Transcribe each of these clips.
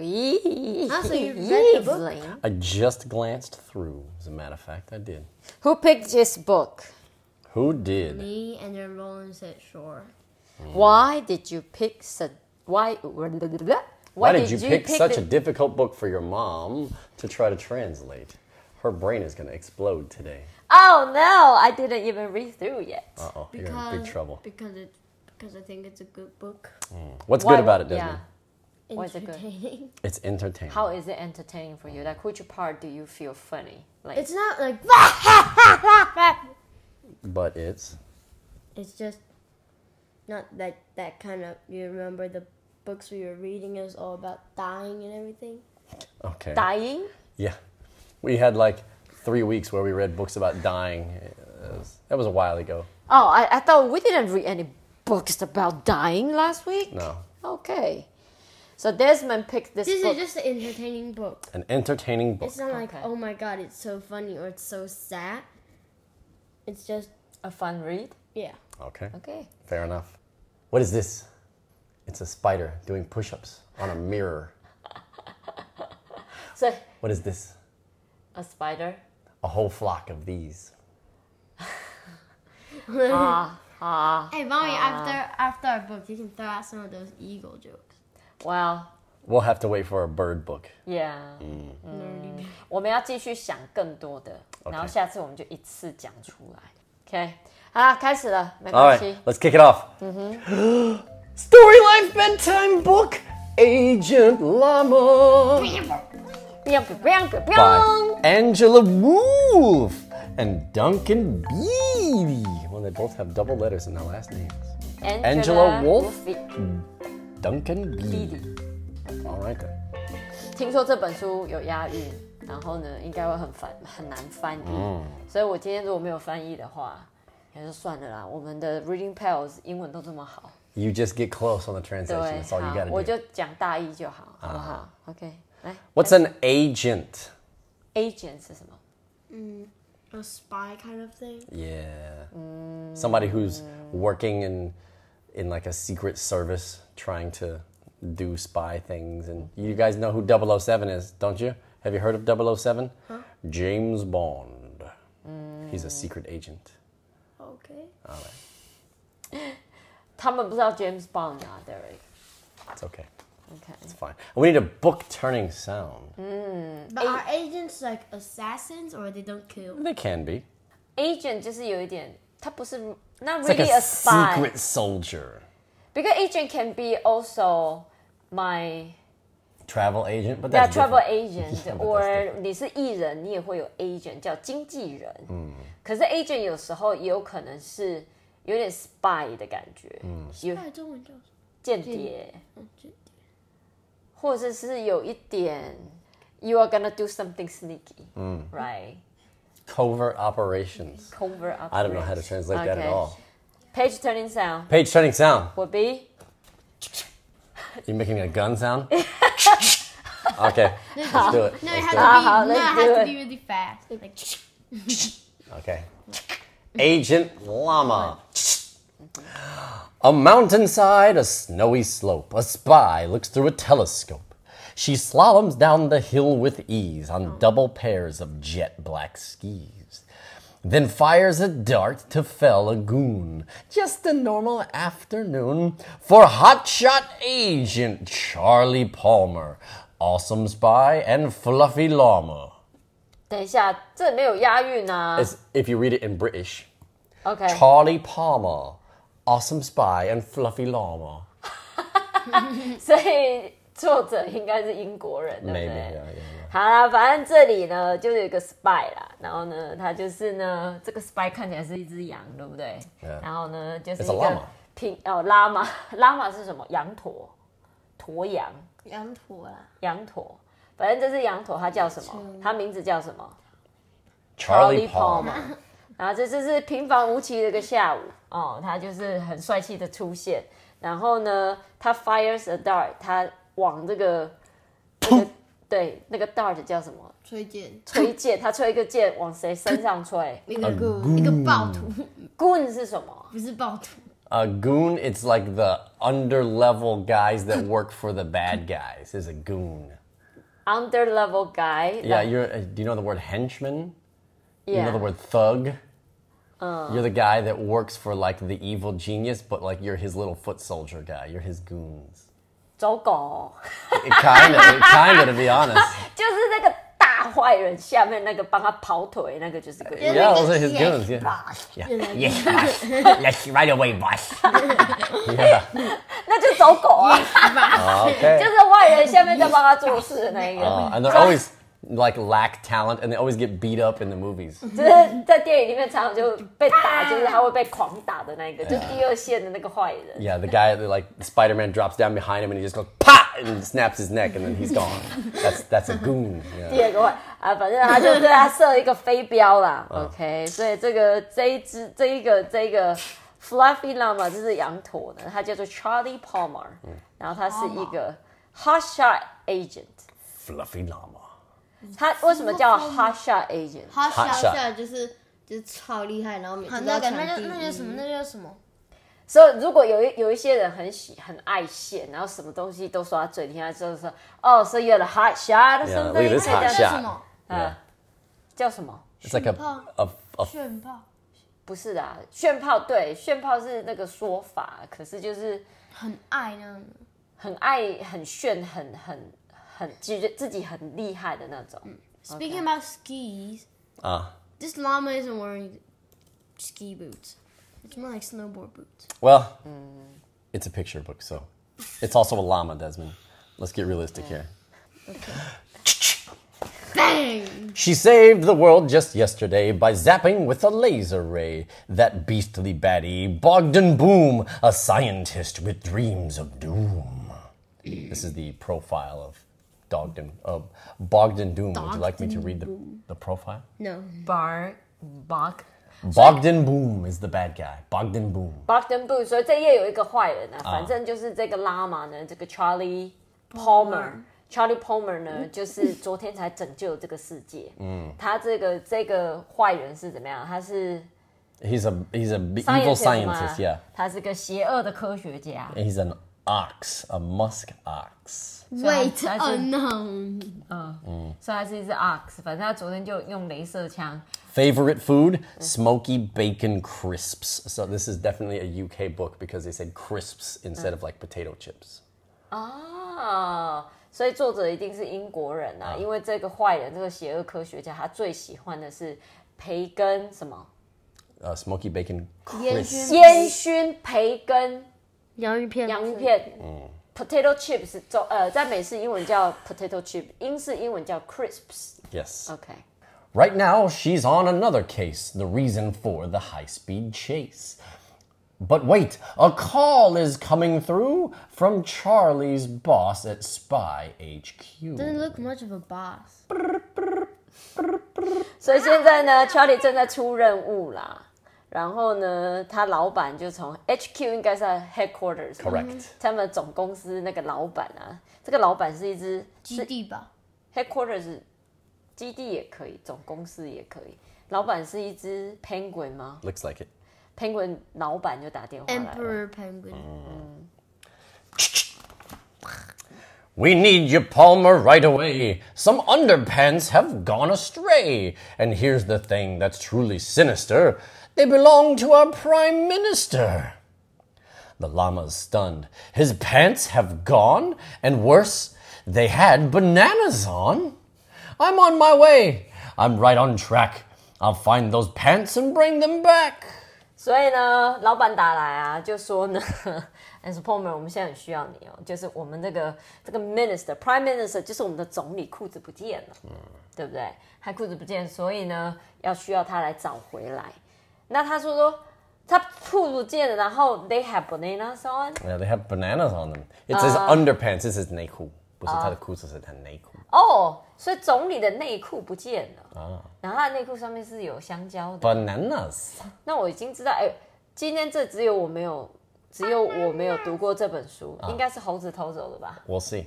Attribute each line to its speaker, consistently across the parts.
Speaker 1: Ah,
Speaker 2: Ah,
Speaker 1: so you read the book?
Speaker 3: I just glanced through, as a matter of fact, I did.
Speaker 2: Who picked this book?
Speaker 3: Who did?
Speaker 1: Me and then Roland said, sure.
Speaker 2: Why did you pick such? Why? Why,
Speaker 3: Why did you pick such
Speaker 2: the-
Speaker 3: a difficult book for your mom to try to translate? Her brain is going to explode today.
Speaker 2: Oh no! I didn't even read through yet.
Speaker 3: Uh oh, you're in big trouble.
Speaker 1: Because it, because I think it's a good book.
Speaker 3: What's
Speaker 2: Why-
Speaker 3: good about it, Desmond?
Speaker 2: Yeah. What's it good?
Speaker 1: Entertaining.
Speaker 3: It's entertaining.
Speaker 2: How is it entertaining for you? Like, which part do you feel funny? Like,
Speaker 1: It's not like
Speaker 3: but it's
Speaker 1: it's just not like that kind of. You remember the books we were reading it was all about dying and everything.
Speaker 3: okay.
Speaker 2: dying?
Speaker 3: Yeah. We had like three weeks where we read books about dying. Uh, That was a while ago.
Speaker 2: Oh, I, I thought we didn't read any books about dying last week.
Speaker 3: No.
Speaker 2: Okay. So Desmond picked this,
Speaker 1: This
Speaker 2: book.
Speaker 1: is just an entertaining book.
Speaker 3: An entertaining book.
Speaker 1: It's not like
Speaker 2: Okay.
Speaker 1: oh my god, it's so funny or it's so sad. It's just
Speaker 2: a fun read.
Speaker 1: yeah.
Speaker 3: Okay.
Speaker 2: Okay.
Speaker 3: Fair enough. What is this? It's a spider doing push ups on a mirror.
Speaker 2: So
Speaker 3: What is this?
Speaker 2: a spider.
Speaker 3: A whole flock of these.
Speaker 2: Ah.
Speaker 1: Hey, mommy, after after our book, you can throw out some of those eagle jokes.
Speaker 2: Wow.
Speaker 3: We'll have to wait for a bird book.
Speaker 2: Yeah. 嗯
Speaker 1: Nerdy.
Speaker 2: 我们要继续想更多的
Speaker 3: 嗯 OK
Speaker 2: 然后下次我们就一次讲出来。OK，好啦，开始了，没
Speaker 3: All
Speaker 2: 关
Speaker 3: right,
Speaker 2: 系。
Speaker 3: let's kick it off. Storyline bedtime book Agent Llama.
Speaker 2: 不要不要不要不
Speaker 3: by
Speaker 2: 要！
Speaker 3: Angela Wolf and Duncan Beebe. Well, they both have double letters in their last names. Angela Wolf Duncan Beebe. All right then.
Speaker 2: 听说这本书有押韵，然后呢，应该会很翻很难翻译、
Speaker 3: 嗯
Speaker 2: 所以我今天如果没有翻译的话，也就算了啦。我们的 Reading Pals 英文都这么好，
Speaker 3: You just get close on the translation.
Speaker 2: 对，
Speaker 3: That's all you
Speaker 2: 好
Speaker 3: gotta
Speaker 2: 我
Speaker 3: do.
Speaker 2: 就讲大意就好，好不好、o
Speaker 3: 啊
Speaker 2: k 来
Speaker 3: What's an agent?
Speaker 2: agent 是什么？
Speaker 1: A spy kind of thing.
Speaker 3: Yeah.
Speaker 2: Mm.
Speaker 3: Somebody who's working in in like a secret service trying to do spy things and
Speaker 2: Mm.
Speaker 3: you guys know who 007 is, don't you? Have you heard of 007? James Bond.
Speaker 2: Mm.
Speaker 3: He's a secret agent.
Speaker 1: Okay.
Speaker 2: 他们不知道 James Bond 啊，Derek。
Speaker 3: It's okay.
Speaker 2: OK，
Speaker 3: It's fine. We need a book turning sound.
Speaker 2: Mm.
Speaker 1: But are agents like assassins or they don't kill?
Speaker 3: They can be.
Speaker 2: agent 就是有一点，他不是 not
Speaker 3: It's like
Speaker 2: really
Speaker 3: a,
Speaker 2: a spy
Speaker 3: secret soldier.
Speaker 2: because agent can be also my
Speaker 3: Travel agent, but
Speaker 2: yeah
Speaker 3: that's
Speaker 2: travel
Speaker 3: different.
Speaker 2: agent
Speaker 3: Yeah, but that's
Speaker 2: or 你是艺人，你也会有 agent 叫经纪人。嗯，可是 agent 有时候也有可能是有点 spy 的感觉，嗯，有间谍，或者是有一点 you are gonna do something sneaky，嗯，right
Speaker 3: Covert operations.
Speaker 2: cover up。
Speaker 3: I don't know how to translate that at
Speaker 2: Okay.
Speaker 3: all.
Speaker 2: Page turning sound
Speaker 3: Page turning sound.
Speaker 2: would be
Speaker 3: You making a gun sound? okay, let's do it.
Speaker 1: No, it
Speaker 3: Let's
Speaker 1: has to
Speaker 3: do
Speaker 1: be.
Speaker 2: Uh-huh,
Speaker 1: no, it
Speaker 2: let's do
Speaker 1: has to
Speaker 2: it.
Speaker 1: be really fast. Like
Speaker 3: it. Okay. Agent Llama. A mountainside, a snowy slope. A spy looks through a telescope. She slaloms down the hill with ease on double pairs of jet black skis. Then fires a dart to fell a goon. Just a normal afternoon for hotshot agent Charlie Palmer, awesome spy, and fluffy llama.
Speaker 2: 等一下，这没有押韵啊。
Speaker 3: As if you read it in British,
Speaker 2: OK，
Speaker 3: Charlie Palmer, awesome spy, and fluffy llama.
Speaker 2: 所以作者应该是英国人，对不
Speaker 3: Maybe,
Speaker 2: 对
Speaker 3: yeah, yeah, yeah.
Speaker 2: 好啦，反正这里呢就有一个 spy 啦，然后呢，他就是呢，这个 spy 看起来是一只羊，对不对
Speaker 3: Yeah.
Speaker 2: 然后呢，就是
Speaker 3: It's
Speaker 2: 一
Speaker 3: a
Speaker 2: 个
Speaker 3: llama.
Speaker 2: 平哦拉玛， 拉玛是什么？羊驼，驼羊，羊驼。反正这只羊驼，它叫什么？它名字叫什么？Charlie
Speaker 3: Charlie Palmer.
Speaker 2: Palmer 然后这就是平凡无奇的一个下午哦，他就是很帅气的出现。然后呢，他 fires a dart，他往这个那个对那个 dart 叫什么？推箭，他吹一个箭往谁身上吹
Speaker 1: 一个 goon，一个暴徒，
Speaker 2: ？Goon 是什么
Speaker 1: 不是暴徒，
Speaker 3: A goon, it's like the underlevel guys that work for the bad guys is a goon.
Speaker 2: Under level guy.
Speaker 3: Yeah,
Speaker 2: like-
Speaker 3: you're. uh, Do you know the word henchman?
Speaker 2: yeah.
Speaker 3: You know the word thug? you're the guy that works for like the evil genius, but like you're his little foot soldier guy. You're his goons.
Speaker 2: 走狗。
Speaker 3: It kind of, kind of, to be honest.
Speaker 2: 就是那个大坏人下面那个帮他跑腿那个就是个人。
Speaker 3: Yeah, those are his
Speaker 1: Yes,
Speaker 3: goons. Yeah. yeah. Yes, boss. Yes, right away, boss. yeah.
Speaker 2: 那就走狗啊，
Speaker 3: Okay.
Speaker 2: 就是坏人下面在帮他做事的那一个，
Speaker 3: Uh, and they're always like lack talent, and they always get beat up in the movies. 嗯
Speaker 2: 就是在电影里面常常就被打，就是他会被狂打的那一个，
Speaker 3: 嗯
Speaker 2: 就是第二线的那个坏人。
Speaker 3: Yeah, the guy that like Spider Man drops down behind him, and he just goes pop and snaps his neck, and then he's gone. That's that's a goon.
Speaker 2: 第
Speaker 3: Yeah.
Speaker 2: 二个坏啊，反正他就对他射了一个飞镖啦。OK，所
Speaker 3: 嗯
Speaker 2: 以这个这一只这一个这一个 Fluffy Llama 这只羊驼呢，它叫做 Charlie Palmer，然
Speaker 3: 嗯
Speaker 2: 后它是一个 Hot Shot Agent。
Speaker 3: Fluffy llama.
Speaker 2: 它为什么叫 Hot Shot Agent？
Speaker 4: 他
Speaker 3: Hot
Speaker 4: 笑笑就是就是超厉害，然后每次都要
Speaker 1: 那个
Speaker 4: 抢
Speaker 1: 那
Speaker 4: 第
Speaker 1: 叫
Speaker 4: 一
Speaker 1: 那叫什么？那叫什么？
Speaker 2: 所以如果有一有一些人很喜很爱现，然后什么东西都说他最厉害，就是说哦，so you're the hot shot or
Speaker 3: Yeah,
Speaker 2: something，
Speaker 3: look at this
Speaker 2: 那
Speaker 3: hot
Speaker 2: 叫
Speaker 3: shot.
Speaker 1: 什么？
Speaker 3: Yeah.
Speaker 2: 叫什么？
Speaker 3: It's like a a, a
Speaker 1: 炫炮，
Speaker 2: 不是啊，炫炮对，炫炮是那个说法，可是就是
Speaker 1: 很爱那样的。
Speaker 2: 很爱很炫，很很很觉得自己很厉害的那种。
Speaker 1: Speaking about skis,
Speaker 3: uh,
Speaker 1: this llama isn't wearing ski boots. It's more like snowboard boots.
Speaker 3: well, it's a picture book, so it's also a llama, Desmond. Let's get realistic here.
Speaker 1: Bang!
Speaker 3: She saved the world just yesterday by zapping with a laser ray. That beastly baddie, Bogdan Boom, a scientist with dreams of doom. This is the profile of Dogden, uh, Bogdan Doom. Would you like me to read the, the profile?
Speaker 1: No.
Speaker 2: Bar Bog
Speaker 3: Bogdan Boom is the bad guy. Bogdan Boom.
Speaker 2: Bogdan Boo，所以这页有一个坏人啊，反正就是这个拉玛呢，这个 Charlie Palmer。Charlie Palmer 呢，就是昨天才拯救这个世界。嗯，他这个这个坏人是怎么样？他是
Speaker 3: He's a he's a b- evil
Speaker 2: 嘛
Speaker 3: scientist, yeah.
Speaker 2: 他是个邪恶的科学家。
Speaker 3: And he's an ox, a musk ox.
Speaker 1: Wait,
Speaker 2: I- I
Speaker 1: oh
Speaker 2: think-
Speaker 1: no.
Speaker 2: 所以他是一只 ox，反正他昨天就用镭射枪。
Speaker 3: Favorite food? Smoky bacon crisps. So this is definitely a UK book because they said crisps instead of like potato chips.
Speaker 2: 啊，所以作者一定是英国人啊，因为这个坏人，这个邪恶科学家，他最喜欢的是培根什么
Speaker 3: Uh, smoky bacon
Speaker 1: Yeah,
Speaker 3: crisps.
Speaker 1: sure.
Speaker 2: 烟熏培根
Speaker 1: 洋芋片。
Speaker 2: 洋芋片。Potato chips 中呃，在美式英文叫 potato chip，英式英文叫 crisps。
Speaker 3: Yes.
Speaker 2: OK，
Speaker 3: Right now, she's on another case, the reason for the high speed chase. But wait, a call is coming through from Charlie's boss at Spy
Speaker 1: Doesn't
Speaker 3: HQ.
Speaker 1: look much of a boss.
Speaker 2: 所以现在呢，Charlie 正在出任务啦。然后呢，他老板就从 HQ 应该是他的 headquarters 嘛
Speaker 3: Correct.
Speaker 2: 他们总公司那个老板啊，这个老板是一只是
Speaker 1: 基地吧。
Speaker 2: headquarters 基地也可以，总公司也可以。老板是一只 penguin 吗
Speaker 3: Looks like it.
Speaker 2: ？penguin 老板就打电话来了。
Speaker 1: Emperor penguin.
Speaker 3: We need you, Palmer, right away. Some underpants have gone astray. And here's the thing that's truly sinister they belong to our Prime Minister. The llama's stunned. His pants have gone, and worse, they had bananas on. I'm on my way. I'm right on track. I'll find those pants and bring them back.
Speaker 2: 所以呢，老板打来啊，就说呢 a s p o m e r 我们现在很需要你哦，就是我们这个这个 minister prime minister 就是我们的总理裤子不见了，对不对？他裤子不见，所以呢，要需要他来找回来。那他说说他裤子不见了，然后 they have bananas on，
Speaker 3: Yeah, they have bananas on them. It says underpants. This is Neku. 不是他的裤子，是他内裤。
Speaker 2: 哦，所以总理的内裤不见了然后他的内裤上面是有香蕉的。
Speaker 3: Bananas.
Speaker 2: 那我已经知道，哎，今天这只有我没有，只有我没有读过这本书，应该是猴子偷走的吧？
Speaker 3: We'll see.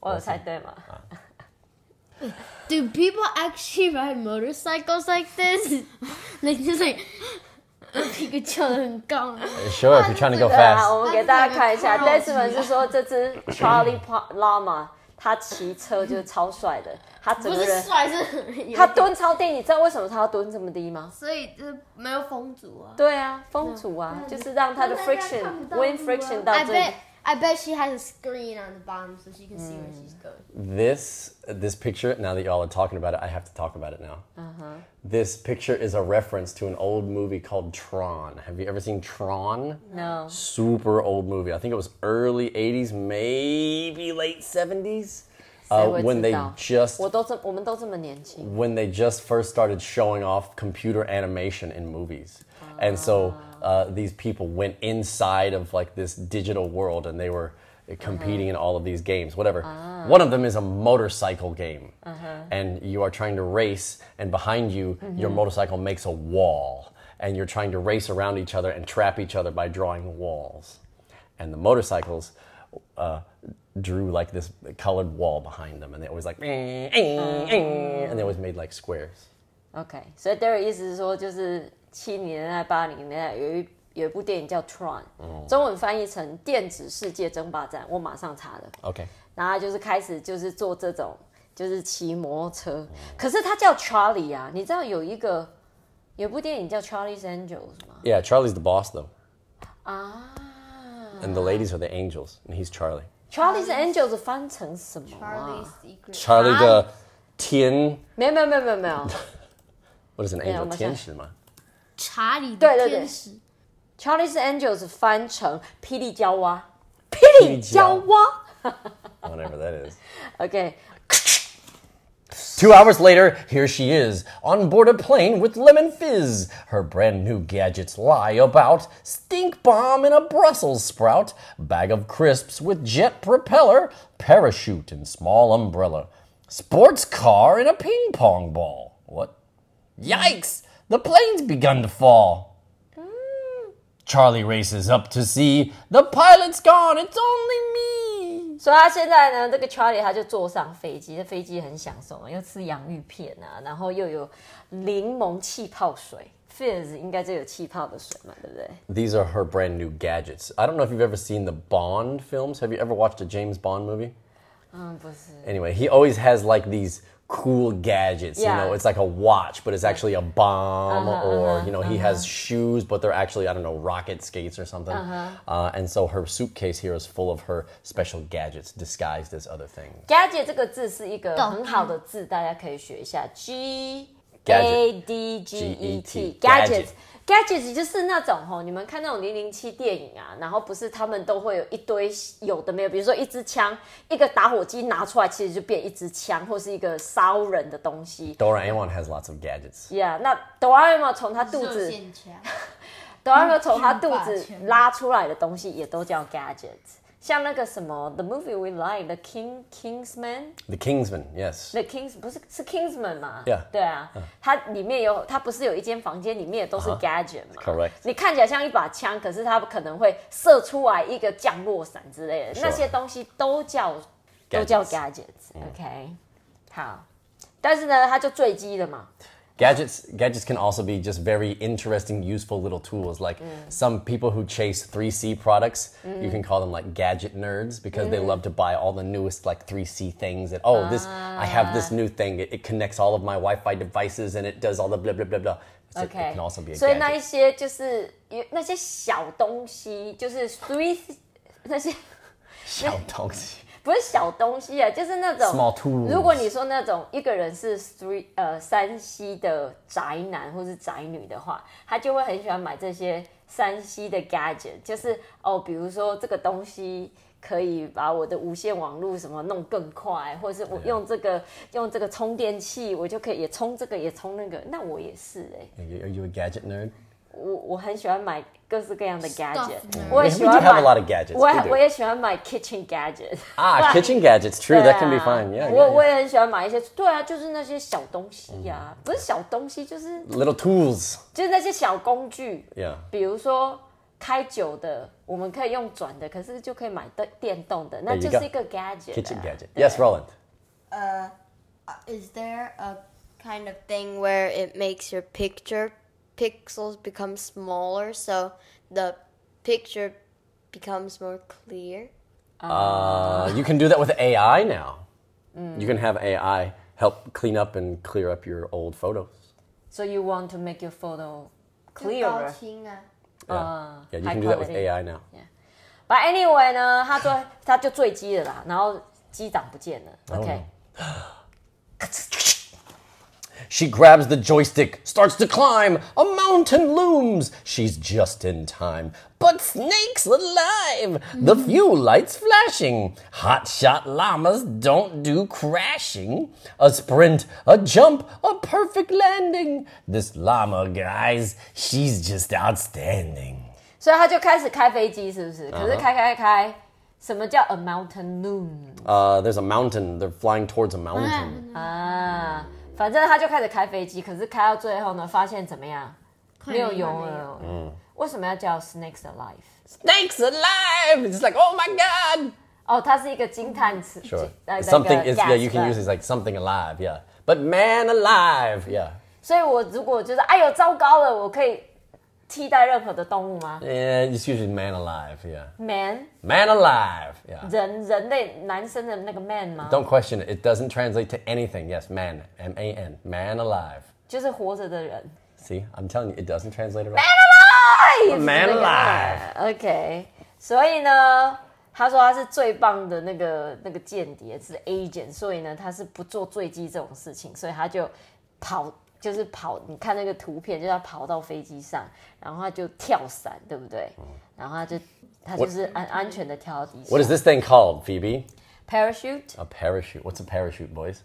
Speaker 2: 我有猜对吗？
Speaker 1: Do people actually ride motorcycles like this? like just like 一个翘得很高。
Speaker 3: Sure, if you're trying to go
Speaker 2: 对啊，
Speaker 3: fast.
Speaker 2: 我们给大家看一下。戴斯文是说这只 Charlie Pa- Llama，他骑车就是超帅的，他整
Speaker 4: 不
Speaker 2: 个
Speaker 4: 是
Speaker 2: 人
Speaker 4: 帅 是，
Speaker 2: 他蹲超低，你知道为什么他要蹲这么低吗？
Speaker 4: 所以就是没有风阻啊。
Speaker 2: 对啊，风阻啊，就是让他的
Speaker 5: 嗯那大家看
Speaker 2: friction
Speaker 5: 不到
Speaker 2: wind
Speaker 5: 路啊
Speaker 2: friction 到
Speaker 4: I
Speaker 2: 最低
Speaker 4: bet。I bet she has a screen on the bottom so she can see where
Speaker 2: Hmm.
Speaker 4: she's going.
Speaker 3: This this picture. Now that y'all are talking about it, I have to talk about it now. This picture is a reference to an old movie called Tron. Have you ever seen Tron?
Speaker 2: No.
Speaker 3: Super old movie. I think it was early '80s, maybe late '70s. Uh,
Speaker 2: 谁会
Speaker 3: when
Speaker 2: 知
Speaker 3: they
Speaker 2: 道
Speaker 3: just
Speaker 2: 我都这，我们都这么年轻。
Speaker 3: when they just first started showing off computer animation in movies. And so uh, these people went inside of like this digital world and they were uh, competing in all of these games, whatever. One of them is a motorcycle game. And you are trying to race, and behind you, your motorcycle makes a wall. And you're trying to race around each other and trap each other by drawing walls. And the motorcycles uh, drew like this colored wall behind them, and they always like, "Eh, eh, eh," and they always made like squares.
Speaker 2: OK，所以 Derry 意思是说，就是七零年代、八零年代有一有一部电影叫《Tron》，中文翻译成《电子世界争霸战》，我马上查的。
Speaker 3: Okay.
Speaker 2: 然后他就是开始就是做这种，就是骑摩托车。可是他叫 Charlie 啊，你知道有一个有部电影叫《Charlie's Angels》吗？
Speaker 3: Yeah, Charlie's the boss though,
Speaker 2: 啊
Speaker 3: and the ladies are the angels, and he's Charlie.
Speaker 2: ，Charlie's Angels 翻成什么、
Speaker 4: Charlie's
Speaker 2: 啊？
Speaker 4: secret.
Speaker 3: Charlie the Tian.
Speaker 2: 没有没有没有没有没 有
Speaker 3: What is an
Speaker 2: Yeah,
Speaker 3: angel?
Speaker 2: what's
Speaker 3: Tian
Speaker 2: that?
Speaker 3: Shima.
Speaker 4: 查理
Speaker 2: 对
Speaker 4: 的
Speaker 2: 对对
Speaker 4: 天使，
Speaker 2: ，Charlie's Angels 翻成霹雳娇娃，
Speaker 3: 霹
Speaker 2: 霹雳娇娃。
Speaker 3: Whatever that is.
Speaker 2: OK，
Speaker 3: Two hours later, here she is, on board a plane with Lemon Fizz. Her brand new gadgets lie about stink bomb in a Brussels sprout, bag of crisps with jet propeller, parachute and small umbrella, sports car and a ping pong ball. What? Yikes! The plane's begun to fall. Charlie races up to see the pilot's gone. It's only me.
Speaker 2: 所以他现在呢，这个 Charlie 他就坐上飞机，这飞机很享受嘛，又吃洋芋片啊，然后又有柠檬气泡水，Fizz 应该就有气泡的水嘛，对不对？
Speaker 3: These are her brand new gadgets. I don't know if you've ever seen the Bond films. Have you ever watched a James Bond movie?
Speaker 2: 嗯，不是。
Speaker 3: Anyway, he always has like these cool gadgets. You
Speaker 2: Yeah.
Speaker 3: know, it's like a watch, but it's actually a bomb, or you know, he has shoes, but they're actually I don't know rocket skates or something. Uh, and so her suitcase here is full of her special gadgets disguised as other things.
Speaker 2: Gadget 这个字是一个
Speaker 4: 道具
Speaker 2: 很好的字，大家可以学一下。G A
Speaker 3: Gadget
Speaker 2: D G E T
Speaker 3: Gadget
Speaker 2: Gadget Gadget 就是那种吼，你们看那种零零七电影啊，然后不是他们都会有一堆有的没有，比如说一支枪，一个打火机拿出来，其实就变一支枪或是一个烧人的东西。
Speaker 3: Doraemon has lots of gadgets.
Speaker 2: Yeah，那哆啦 A 梦从他肚
Speaker 4: 射
Speaker 2: 子，
Speaker 4: 线枪，
Speaker 2: 哆啦 A 梦从他肚子拉出来的东西也都叫 gadget，像那个什么 The Movie We Like，The King Kingsman。
Speaker 3: The Kingsman, yes.
Speaker 2: The Kings 不是是 Kingsman 嘛
Speaker 3: Yeah. 嗯
Speaker 2: 对啊，它里面有它不是有一间房间里面都是 gadget 嘛
Speaker 3: Uh-huh Correct.
Speaker 2: 你看起来像一把枪，可是它可能会射出来一个降落伞之类的
Speaker 3: Sure. 嗯
Speaker 2: 那些东西都叫都叫 gadgets，OK，、好，但是呢，它就坠机了嘛，
Speaker 3: Gadgets gadgets can also be just very interesting, useful little tools. Like some people who chase 3C products, you can call them like gadget nerds because they love to buy all the newest like 3C things. And oh, this I have this new thing. It, it connects all of my Wi-Fi devices and it does all the blah blah blah blah. It's like- it
Speaker 2: OK，
Speaker 3: can also be a
Speaker 2: 所以那
Speaker 3: gadget.
Speaker 2: 一些就是有那些小东西，就是 three 那些
Speaker 3: Shout dogs.
Speaker 2: 不是小东西啊，就是那种
Speaker 3: Small tools
Speaker 2: 如果你说那种一个人是 three 呃山西的宅男或是宅女的话，他就会很喜欢买这些山西的 gadget，就是哦，比如说这个东西。可以把我的无线网络什么弄更快，或
Speaker 3: 啊
Speaker 2: 者是我用这个用这个充电器，我就可以也充这个也充那个。那我也是哎、
Speaker 3: Are you, are you a gadget nerd?
Speaker 2: 我我很喜欢买各式各样的 gadget，
Speaker 4: nerd
Speaker 2: 我也
Speaker 3: We- we
Speaker 2: 喜欢
Speaker 3: do have
Speaker 2: 买
Speaker 3: a lot of gadgets.
Speaker 2: 我
Speaker 3: We
Speaker 2: 也
Speaker 3: do.
Speaker 2: 我也喜欢买 kitchen gadget。
Speaker 3: Ah, kitchen gadgets. True,
Speaker 2: 对
Speaker 3: that can be
Speaker 2: 啊
Speaker 3: fun. Yeah,
Speaker 2: 我
Speaker 3: yeah,
Speaker 2: 我
Speaker 3: yeah.
Speaker 2: 也很喜欢买一些，对啊，就是那些小东西呀、
Speaker 3: 嗯
Speaker 2: 不是小东西，就是
Speaker 3: little tools.
Speaker 2: 就是那些小工具，
Speaker 3: Yeah.
Speaker 2: 比如说开酒的，我们可以用转的，可是就可以买电电动的，那
Speaker 3: you
Speaker 2: 就
Speaker 3: go.
Speaker 2: 是一个 gadget 啊。
Speaker 3: Kitchen gadget. Yes, Roland.
Speaker 4: 呃，is there a kind of thing where it makes your picture
Speaker 1: pixels become smaller, so the picture becomes more clear.
Speaker 3: Uh, you can do that with AI now. You can have AI help clean up and clear up your old photos.
Speaker 2: So you want to make your photo
Speaker 4: 高
Speaker 2: clearer.
Speaker 4: 清啊，
Speaker 3: Yeah, yeah
Speaker 2: Ah,
Speaker 3: you
Speaker 2: high
Speaker 3: can do that with
Speaker 2: quality.
Speaker 3: AI now.
Speaker 2: But anyway 呢，他最他就坠机了啦，然后机长不见了。OK，
Speaker 3: Oh She grabs the joystick, starts to climb. A mountain looms. She's just in time. But snakes alive! The
Speaker 2: Mm-hmm.
Speaker 3: fuel lights flashing. Hotshot llamas don't do crashing. A sprint, a jump, a perfect landing. This llama, guys, she's just outstanding.
Speaker 2: 所以他就开始开飞机，是不
Speaker 3: 嗯
Speaker 2: 是？可是开开开，什么叫 a mountain loon
Speaker 3: Uh, there's a mountain. They're flying towards a mountain. 嗯
Speaker 2: 啊？反正他就开始开飞机，可是开到最后呢，发现怎么样？没有油了。嗯，为什么要叫 snakes alive？
Speaker 3: Snakes alive! It's like, oh my god!
Speaker 2: 哦，它是一个惊叹词。
Speaker 3: 嗯 Sure.
Speaker 2: 呃
Speaker 3: something
Speaker 2: 那个
Speaker 3: is yeah, you
Speaker 2: gasp
Speaker 3: can use it like something alive, yeah. But man alive, yeah.
Speaker 2: 所以我如果就是哎呦糟糕了，我可以替代任何的动物吗
Speaker 3: Yeah, it's usually man alive, yeah.
Speaker 2: ？Man，
Speaker 3: Man alive, yeah.
Speaker 2: 人人类男生的那个 man 吗？
Speaker 3: Don't question it. It doesn't translate to anything. Yes, man, M A N, man alive.
Speaker 2: 就是活着的人。
Speaker 3: See, I'm telling you, it doesn't translate at all.
Speaker 2: Man alive，
Speaker 3: Man
Speaker 2: 那个
Speaker 3: alive
Speaker 2: OK，所以呢，他说他是最棒的那个那个间谍是 agent，所以呢，他是不做坠机这种事情，所以他就跑，就是跑。你看那个图片，就是他跑到飞机上，然后他就跳伞，对不对？然后他就他就是安安全的跳到地上。
Speaker 3: 哦 What is this thing called, Phoebe?
Speaker 2: parachute
Speaker 3: A parachute. What's a parachute, boys?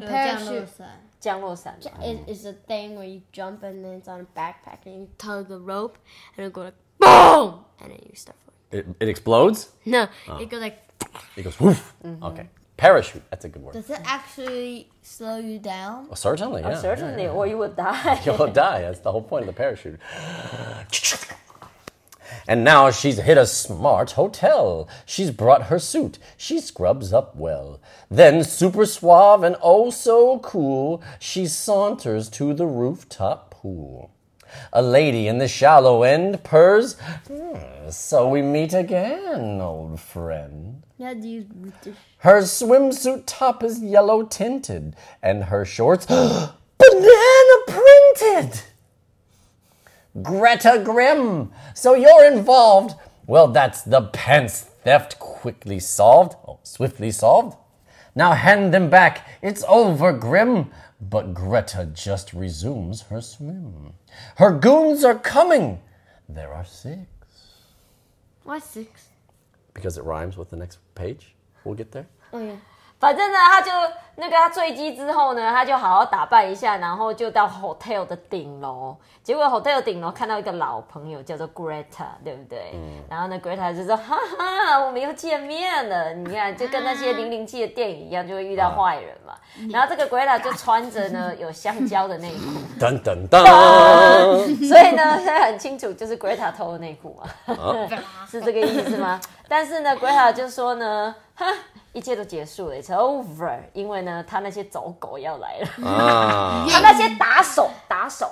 Speaker 4: 有降
Speaker 2: parachute
Speaker 4: 落伞。
Speaker 2: 降落伞嘛？
Speaker 1: It is a thing where you jump and then it's on a backpack and you tug the rope and it goes like boom and then you start floating.
Speaker 3: It, it explodes.
Speaker 1: No, it goes like
Speaker 3: It goes woof. Okay, parachute. That's a good word.
Speaker 4: Does it actually slow you down?
Speaker 3: Oh, certainly. Yeah. yeah,
Speaker 2: Certainly,
Speaker 3: yeah.
Speaker 2: or you would die.
Speaker 3: You'll die. That's the whole point of the parachute. And now she's hit a smart hotel. She's brought her suit. She scrubs up well. Then, super suave and oh so cool, she saunters to the rooftop pool. A lady in the shallow end purrs, "Hmm, So we meet again, old friend.
Speaker 1: Now do you
Speaker 3: Her swimsuit top is yellow tinted, and her shorts banana printed. Greta Grimm, so you're involved. Well, that's the pants theft quickly solved, oh, swiftly solved. Now hand them back. It's over, Grim. But Greta just resumes her swim. Her goons are coming. There are six.
Speaker 1: Why six?
Speaker 3: Because it rhymes with the next page. We'll get there.
Speaker 2: 反正呢，他就那个他坠机之后呢，他就好好打扮一下，然后就到 hotel 的顶楼。结果 hotel 顶楼看到一个老朋友叫做 Greta，对不对？然后呢，Greta 就说：“哈哈，我们又见面了。”你看，就跟那些零零七的电影一样，就会遇到坏人嘛。然后这个 Greta 就穿着呢有香蕉的内裤，
Speaker 3: Dun dun dun.
Speaker 2: 所以呢，现在很清楚就是 Greta 偷的内裤嘛， 是这个意思吗？但是呢，Greta 就说呢，哈，一切都结束了，It's over，因为呢，他那些走狗要来了，
Speaker 3: 啊，
Speaker 2: 他那些打手，打手，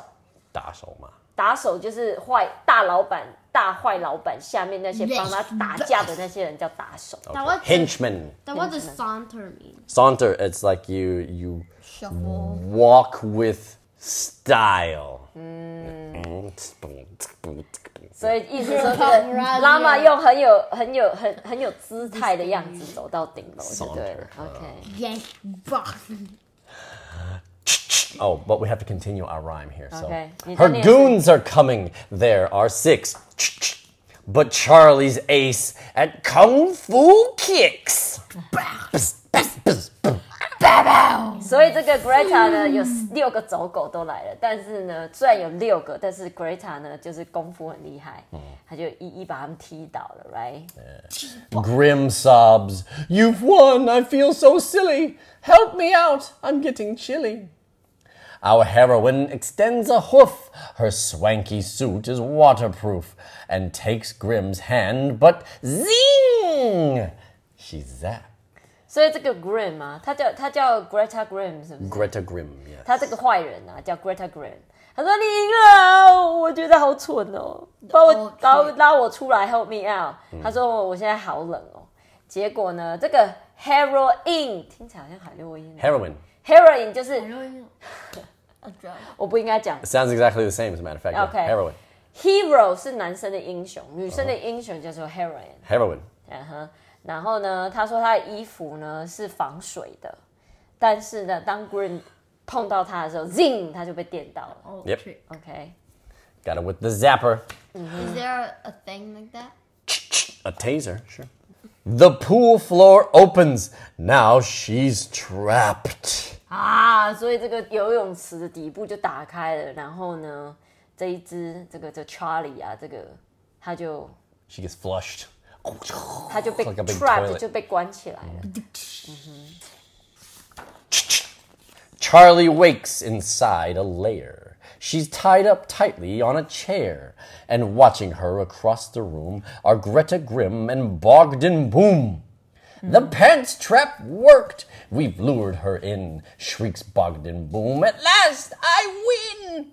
Speaker 3: 打手嘛，
Speaker 2: 打手就是坏大老板、大坏老板下面那些帮他打架的那些人叫打手。
Speaker 1: 嗯
Speaker 4: Now what's the-
Speaker 3: henchman.
Speaker 4: Then what does saunter mean?
Speaker 3: Saunter. It's like you you
Speaker 4: Shuffle.
Speaker 3: walk with style. Mm.
Speaker 2: 所以意思说，这
Speaker 1: 嗯
Speaker 2: 个拉玛用很有、很有、很很有姿态的样子走到顶楼，就对了。OK，
Speaker 4: Yank box.
Speaker 3: Oh, but we have to continue our rhyme here. So
Speaker 2: Okay. You
Speaker 3: her
Speaker 2: don't need to-
Speaker 3: goons are coming. There are six. But Charlie's ace at kung fu kicks.
Speaker 2: 所以这个 Greta 呢，有六个走狗都来了，但是呢，虽然有六个，但是 Greta 呢，就是功夫很厉害，他就一一把他们踢倒了，right？
Speaker 3: Grim sobs. You've won. I feel so silly. Help me out. I'm getting chilly. Our heroine extends a hoof. Her swanky suit is waterproof and takes Grim's hand, but zing! She's zapped.
Speaker 2: 所以这个 Graham 啊，他叫他叫 Greta Graham 是不是？
Speaker 3: Greta Grimm, yes.
Speaker 2: 他这个坏人啊，叫 Greta Graham。他说你赢了，我觉得好蠢哦，把我
Speaker 1: Okay
Speaker 2: 把我拉我出来，help me out。他说我我现在好冷哦。结果呢，这个 heroin 听起来好像海洛因
Speaker 3: Heroin.
Speaker 2: ，heroin 就是
Speaker 1: A drug.
Speaker 2: 我不应该讲
Speaker 3: It sounds exactly the same, as a matter of fact. yeah.
Speaker 2: Okay.
Speaker 3: Heroin. 嗯
Speaker 2: hero 是男生的英雄，女生的英雄叫做 heroin。
Speaker 3: Heroin.
Speaker 2: 嗯哼，然后呢，他说他的衣服呢是防水的，但是呢，当 Green 碰到他的时候，zing 他就被电到了。
Speaker 1: Oh,
Speaker 3: Yep.
Speaker 1: trick.
Speaker 2: OK，
Speaker 3: Got it with the zapper.
Speaker 4: Is there a, a thing like that?
Speaker 3: A taser, sure. The pool floor opens. Now she's trapped.
Speaker 2: 啊，所以这个游泳池的底部就打开了，然后呢，这一只这个这 Charlie 啊，这个他就
Speaker 3: She gets flushed.
Speaker 2: 他就被
Speaker 3: Like a big
Speaker 2: trapped
Speaker 3: toilet
Speaker 2: 就被关起来了。
Speaker 3: Charlie wakes inside a lair. She's tied up tightly on a chair, and watching her across the room are Greta Grimm and Bogdan Boom. The pants trap worked. We've lured her in, shrieks Bogdan Boom. At last, I win.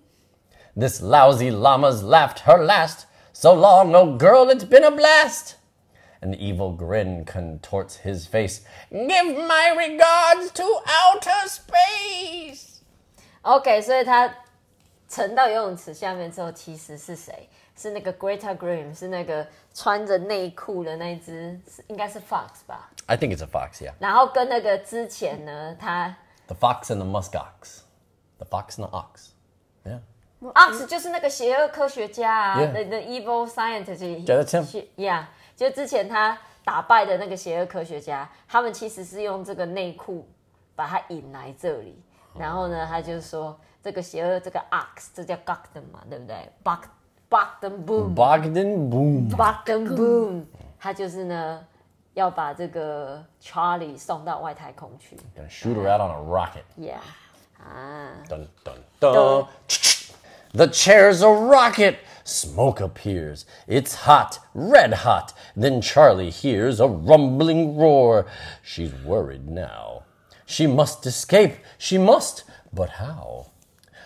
Speaker 3: This lousy llama's laughed her last. So long, oh girl, it's been a blast. An evil grin contorts his face. Give my regards to outer space.
Speaker 2: OK，所以他沉到游泳池下面之后，其实是谁？是那个 Greta Green，是那个穿着内裤的那一只，是应该是 Fox 吧？
Speaker 3: I think it's a fox, yeah.
Speaker 2: 然后跟那个之前呢，他
Speaker 3: The fox and the musk ox. The fox and the ox. Yeah.
Speaker 2: Ox 就是那个邪恶科学家啊
Speaker 3: Yeah.
Speaker 2: the, the evil scientist，
Speaker 3: Yeah, that's him.
Speaker 2: Yeah，就之前他打败的那个邪恶科学家，他们其实是用这个内裤把他引来这里，然后呢，他就说这个邪恶这个 Ox，这叫 g o d e n 嘛，对不对 b u g b u g d e n Boom。
Speaker 3: Bogdan Boom.
Speaker 2: Bottom Boom，他就是呢要把这个 Charlie 送到外太空去。
Speaker 3: Gonna shoot her out on a rocket.
Speaker 2: Yeah，啊，
Speaker 3: Dun, dun, dun. The chair's a rocket. Smoke appears. It's hot, red hot. Then Charlie hears a rumbling roar. She's worried now. She must escape. She must. But how?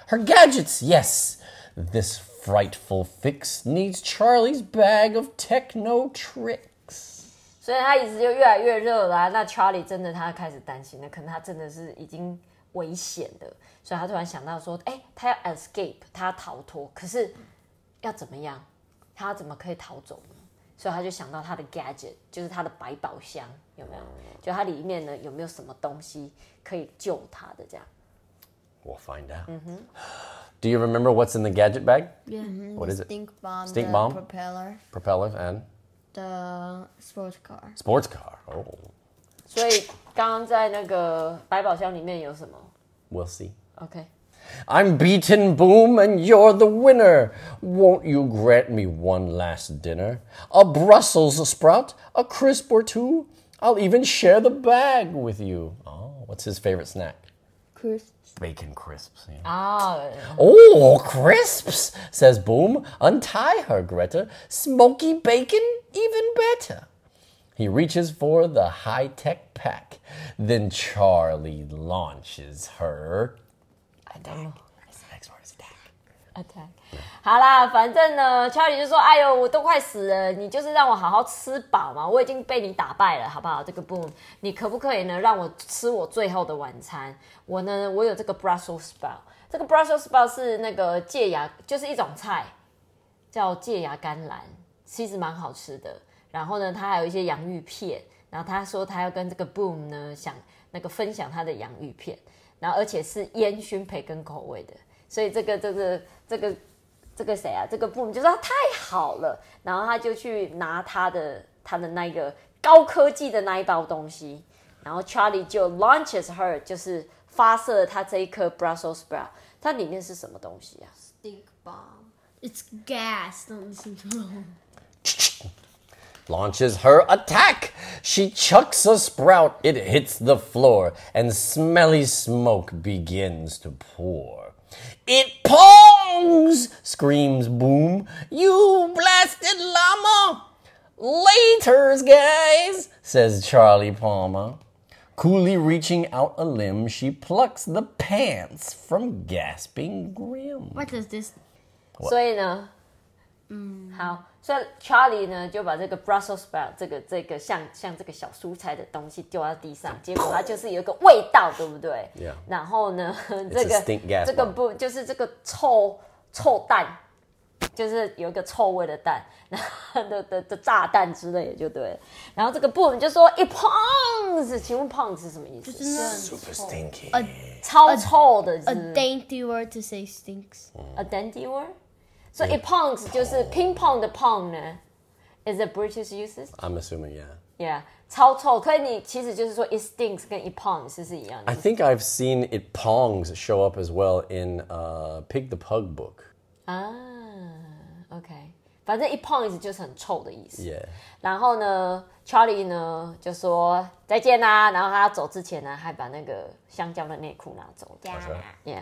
Speaker 3: Her gadgets, yes. This frightful fix needs Charlie's bag of techno tricks.
Speaker 2: 所以他椅子就越来越热啦、那 Charlie 真的他开始担心了，可能他真的是已经危险了，所以他突然想到说，哎、他要 escape，他要逃脱，可是要怎么样？他怎么可以逃走呢？所以他就想到他的 gadget，就是他的百宝箱，有没有？就它里面呢有没有什么东西可以救他的这样？
Speaker 3: We'll find out. Do you remember what's in the gadget bag?
Speaker 1: Yeah.
Speaker 3: What is it?
Speaker 4: Stink bomb.
Speaker 3: Stink
Speaker 4: the
Speaker 3: bomb?
Speaker 4: Propeller.
Speaker 3: Propeller and
Speaker 4: The sports car.
Speaker 3: sports car. Oh,
Speaker 2: 所以刚刚在那个百宝箱里面有什么
Speaker 3: we'll see.
Speaker 2: ？OK，
Speaker 3: I'm beaten, Boom, and you're the winner. Won't you grant me one last dinner? A Brussels sprout, a crisp or two. I'll even share the bag with you. Oh, what's his favorite snack?
Speaker 1: Crisps.
Speaker 3: Bacon crisps. yeah.
Speaker 2: 啊、
Speaker 3: Oh, crisps, says Boom. Untie her, Greta. Smoky bacon, even better. He reaches for the high tech pack. Then Charlie launches her. I don't know. The next word is attack.
Speaker 2: attack。好啦，反正呢，Charlie 就说：“哎呦，我都快死了，你就是让我好好吃饱嘛，我已经被你打败了，好不好？这个 Boom，你可不可以呢，让我吃我最后的晚餐？我呢，我有这个 Brussels sprout，这个 Brussels sprout 是那个芥芽，就是一种菜，叫芥芽甘蓝，其实蛮好吃的。然后呢，他还有一些洋芋片，然后他说他要跟这个 Boom 呢，想那个分享他的洋芋片，然后而且是烟熏培根口味的，所以这个这个这个这个谁啊？这个 Boom 就说他太好了，然后他就去拿他的他的那个高科技的那一包东西，然后 Charlie 就 launches her，就是发射了他这一颗 Brussels sprout，它里面是什么东西啊？
Speaker 4: Stink bomb.
Speaker 1: It's gas. Don't listen to him.
Speaker 3: Launches her attack. She chucks a sprout. It hits the floor, and smelly smoke begins to pour. It pongs! screams Boom. You blasted llama! Laters, guys, says Charlie Palmer. Coolly reaching out a limb, she plucks the pants from gasping Grim.
Speaker 1: What does this?
Speaker 2: 所以呢，嗯，好，所以 Charlie 呢就把这个 Brussels sprout 这个这个像像这个小蔬菜的东西丢到地上，结果它就是有一个味道，对不对
Speaker 3: Yeah.
Speaker 2: 然后呢，这个
Speaker 3: stink gas
Speaker 2: 这个
Speaker 3: one.
Speaker 2: 不就是这个臭臭蛋，就是有一个臭味的蛋， 然后的的的炸弹之类的就对了。然后这个 Boom 就说 “It pounds”，请问 “pounds” 是什呃么意思？
Speaker 3: Super stinky.
Speaker 2: 超臭的是
Speaker 1: A dainty word to say stinks.
Speaker 3: Oh.
Speaker 2: a dandy word。所以 “it pounds” 就是 “ping pong” 的 “pong” 呢，is a British uses。
Speaker 3: I'm assuming, yeah.
Speaker 2: Yeah，超臭。可是你其实就是说，it stinks 跟 it pongs 是是一样的
Speaker 3: I。think I've seen it pongs show up as well in uh, Pig the Pug book.
Speaker 2: 啊，OK，反正 it pongs 就是很臭的意思。
Speaker 3: Yeah.
Speaker 2: 然后呢，Charlie 呢就说再见啦。然后他要走之前呢，还把那个香蕉的内裤拿走。Yeah，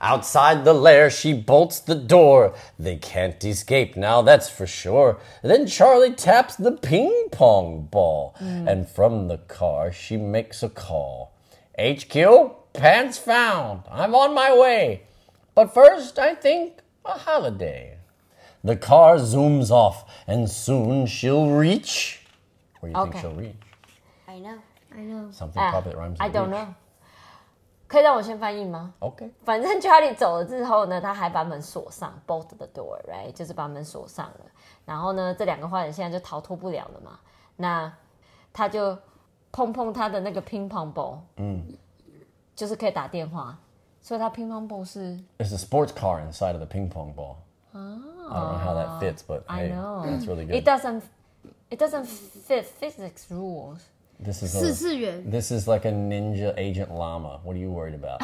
Speaker 3: Outside the lair, she bolts the door. They can't escape now, that's for sure. Then Charlie taps the ping pong ball,
Speaker 2: Hmm.
Speaker 3: and from the car, she makes a call. HQ, pants found. I'm on my way. But first, I think a holiday. The car zooms off, and soon she'll reach. Where do you
Speaker 2: Okay.
Speaker 3: think she'll reach?
Speaker 2: I know.
Speaker 1: I know.
Speaker 3: Something probably that rhymes with
Speaker 2: Ah, I don't
Speaker 3: reach.
Speaker 2: know。可以让我先翻译吗？
Speaker 3: Okay.
Speaker 2: 反正 Charlie 走了之后呢，他还把门锁上，bolt the door，right，就是把门锁上了。然后呢，这两个坏人现在就逃脱不了了嘛。那他就碰碰他的那个乒乓 ball，嗯，就是可以打电话。所以他乒乓 ball 是
Speaker 3: It's a sports car inside of the ping pong ball. I don't know how that fits, but
Speaker 2: Ah, I
Speaker 3: hey,
Speaker 2: know
Speaker 3: that's really
Speaker 2: it
Speaker 3: good.
Speaker 2: doesn't it doesn't fit physics rules。
Speaker 3: This
Speaker 1: 四
Speaker 3: is a,
Speaker 1: 次元
Speaker 3: this is like a ninja agent llama. What are you worried about?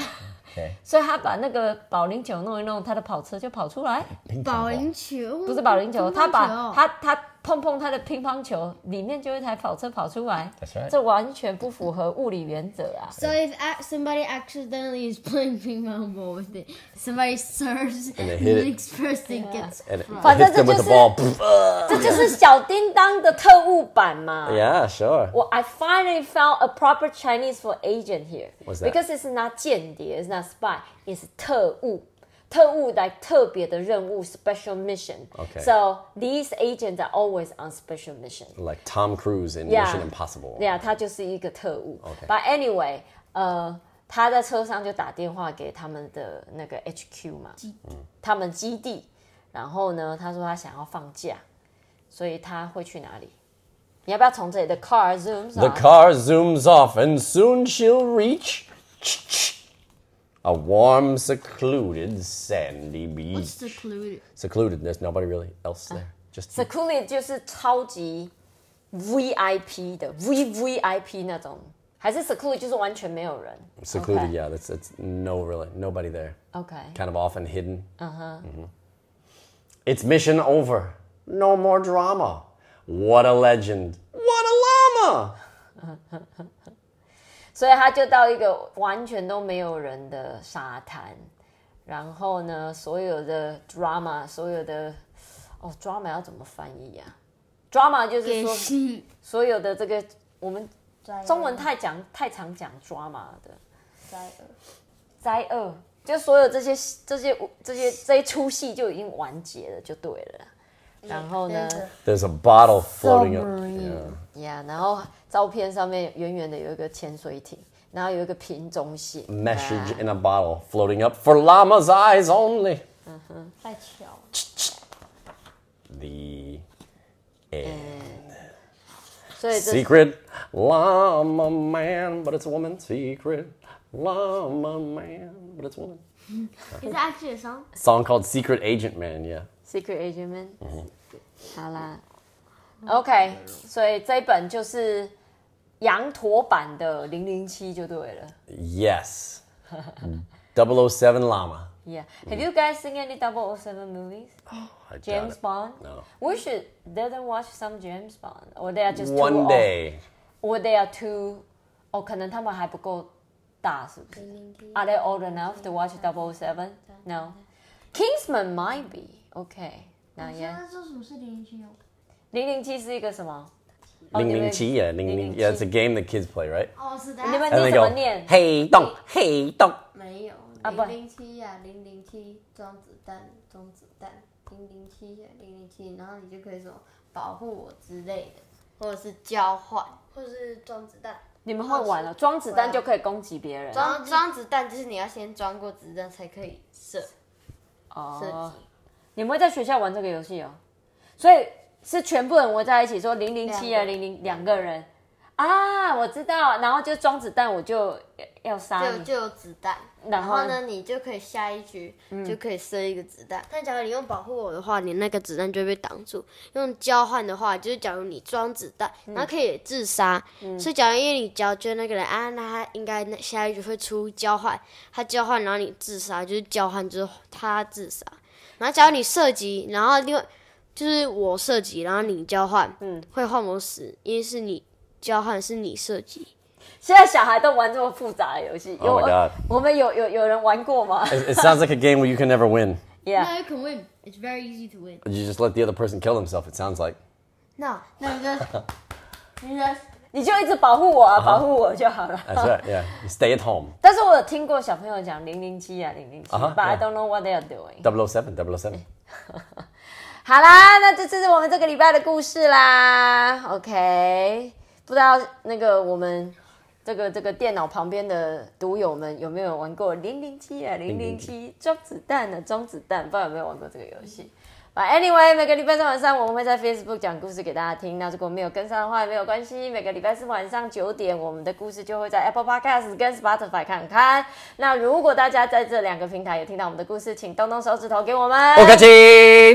Speaker 3: Okay,
Speaker 2: 所以他把那个保龄球弄一弄，他的跑车就跑出来，
Speaker 3: ping
Speaker 1: 保
Speaker 3: pong
Speaker 1: 龄
Speaker 3: ball.
Speaker 1: 球
Speaker 2: 不是保龄球，他把
Speaker 1: 他
Speaker 2: 他他碰碰他的乒乓球，里面就一台跑车跑出来。
Speaker 3: That's right.
Speaker 2: 这完全不符合物理原则啊！
Speaker 1: So if ac- somebody accidentally is playing ping pong ball with it, somebody serves and the
Speaker 3: they hit it.
Speaker 1: next person gets.
Speaker 3: And it,
Speaker 2: But
Speaker 3: hits them
Speaker 2: that's
Speaker 3: with the
Speaker 2: just
Speaker 3: ball.
Speaker 2: 这就是小叮当的特务版嘛。
Speaker 3: yeah, sure.
Speaker 2: 我 I finally found a proper Chinese for agent here
Speaker 3: What's that?
Speaker 2: because it's not 间谍，it's not spy, it's 特务。特务 like 特别的任务，special mission.
Speaker 3: Okay.
Speaker 2: So these agents are always on special mission.
Speaker 3: Like Tom Cruise in
Speaker 2: Yeah.
Speaker 3: Mission Impossible.
Speaker 2: 对啊，他就是一个特务。
Speaker 3: OK
Speaker 2: But anyway，呃，他在车上就打电话给他们的那个 HQ 嘛，
Speaker 3: 嗯
Speaker 2: 他们基地。然后呢，他说他想要放假，所以他会去哪里？你要不要从这里的 car zooms
Speaker 3: The
Speaker 2: on？
Speaker 3: car zooms off, and soon she'll reach a warm, secluded, sandy beach.
Speaker 1: secluded.
Speaker 3: Secluded. There's nobody really else there. Just
Speaker 2: The Cooley 就是超级 VIP 的 V VIP 那种，还是 The Cooley 就是完全没有人
Speaker 3: secluded.
Speaker 2: Okay.
Speaker 3: Yeah, that's it's no really nobody there.
Speaker 2: OK，
Speaker 3: kind of often hidden. Uh huh. It's mission over. No more drama. What a legend. What a llama.
Speaker 2: 所以他就到一个完全都没有人的沙滩，然后呢，所有的 drama，所有的哦 drama 要怎么翻译呀、drama 就是说所有的这个我们中文太讲太常讲 drama 的灾厄，就所有这些这些这些这一出戏就已经完结了，就对了啦。然后呢
Speaker 3: There's a bottle floating up. Yeah.
Speaker 2: ，Yeah，然后照片上面远远的有一个潜水艇，然后有一个瓶中蟹
Speaker 3: Message in a bottle floating up for llama's eyes only.
Speaker 4: 在瞧，
Speaker 3: The end.
Speaker 2: 啊所以这
Speaker 3: Secret llama man, but it's a woman. Secret llama man, but it's a woman.
Speaker 4: is that actually a song?
Speaker 3: Song called Secret Agent Man, yeah.
Speaker 2: Secret Agent Man。好啦，OK，所以这一本就是羊驼版的零零七就对了。
Speaker 3: Yes. 007 llama.
Speaker 2: Yeah, have you guys seen any 007 movies?
Speaker 3: I doubt
Speaker 2: James
Speaker 3: it.
Speaker 2: Bond?
Speaker 3: No.
Speaker 2: We should doesn't watch some James Bond, or they are just too
Speaker 3: One
Speaker 2: old.
Speaker 3: day.
Speaker 2: or they are too. 哦，可能他们还不够大，是不是？Are they old enough to watch 007? No. Kingsman might be. OK. 那也
Speaker 4: 那这种是零零七哦，
Speaker 2: 零零七是一个什么？哦
Speaker 3: Ling Ling Chi, yeah, Ling Ling. Yeah, it's a game that kids play, right?
Speaker 4: 哦，是的，
Speaker 2: 你们
Speaker 3: And they go,
Speaker 2: 念？
Speaker 3: hey, dong, hey, dong.
Speaker 4: 没有
Speaker 2: 不
Speaker 4: 零零七呀，零零七装子弹，装子弹，零零七呀，零零七，然后你就可以什么保护我之类的，或者是交换，或者是装子弹。
Speaker 2: 你们会玩了，装子弹就可以攻击别人。
Speaker 4: 装装子弹就是你要先装过子弹才可以射射
Speaker 2: 哦
Speaker 4: 击，，
Speaker 2: 你们会在学校玩这个游戏哦？所以是全部人围在一起说零零七啊，
Speaker 4: 两个
Speaker 2: 零零两个人啊，我知道，然后就装子弹，我就要杀
Speaker 4: 就
Speaker 2: 你。
Speaker 4: 就有子弹。
Speaker 2: 然
Speaker 4: 嗯然
Speaker 2: 后
Speaker 4: 后呢，嗯你就可以下一局就可以射一个子弹。但假如你用保护我的话，你那个子弹就会被挡住；用交换的话，就是假如你装子弹，然后可以自杀。所以假如因为你交就那个人啊，那他应该那下一局会出交换，他交换然后你自杀，就是交换之后他自杀。然后假如你射击，然后另外就是我射击，然后你交换，嗯，会换我死，因为是你交换是你射击。
Speaker 2: 现在小孩都玩这么复杂的游戏，有
Speaker 3: Oh my God
Speaker 2: 我们有有有人玩过吗
Speaker 3: It, it sounds like a game where you can never win.
Speaker 2: ？Yeah，
Speaker 4: you can win. It's very easy to win.
Speaker 3: You just let the other person kill himself, it sounds like.
Speaker 4: No, no, just, you just
Speaker 2: 你就一直保护我啊，保护我就好了。
Speaker 3: That's right, yeah. You stay at home.
Speaker 2: 但是我有听过小朋友讲零零七啊，零零七
Speaker 3: 啊哈
Speaker 2: ，But I
Speaker 3: yeah
Speaker 2: don't know what they are doing。
Speaker 3: 007, 007.
Speaker 2: 好啦，那这就是我们这个礼拜的故事啦。OK，不知道那个我们这个这个电脑旁边的读友们有没有玩过零零七啊？零零七装子弹的装子弹，不知道有没有玩过这个游戏。But anyway，每个礼拜三晚上我们会在 Facebook 讲故事给大家听。那如果没有跟上的话也没有关系，每个礼拜四晚上九点，我们的故事就会在 Apple Podcast 跟 Spotify 看看。那如果大家在这两个平台有听到我们的故事，请动动手指头给我们。
Speaker 3: Okay,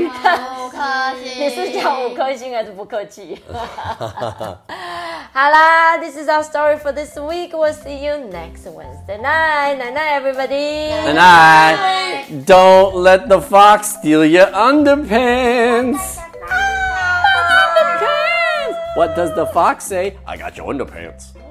Speaker 3: team.
Speaker 4: 可惜
Speaker 2: 你是讲五颗星还是不客气？ 好啦，This is our story for this week. We'll see you next Wednesday night. Night night, everybody.
Speaker 3: And I don't let the fox steal your underpants. What does the fox say? I got your underpants.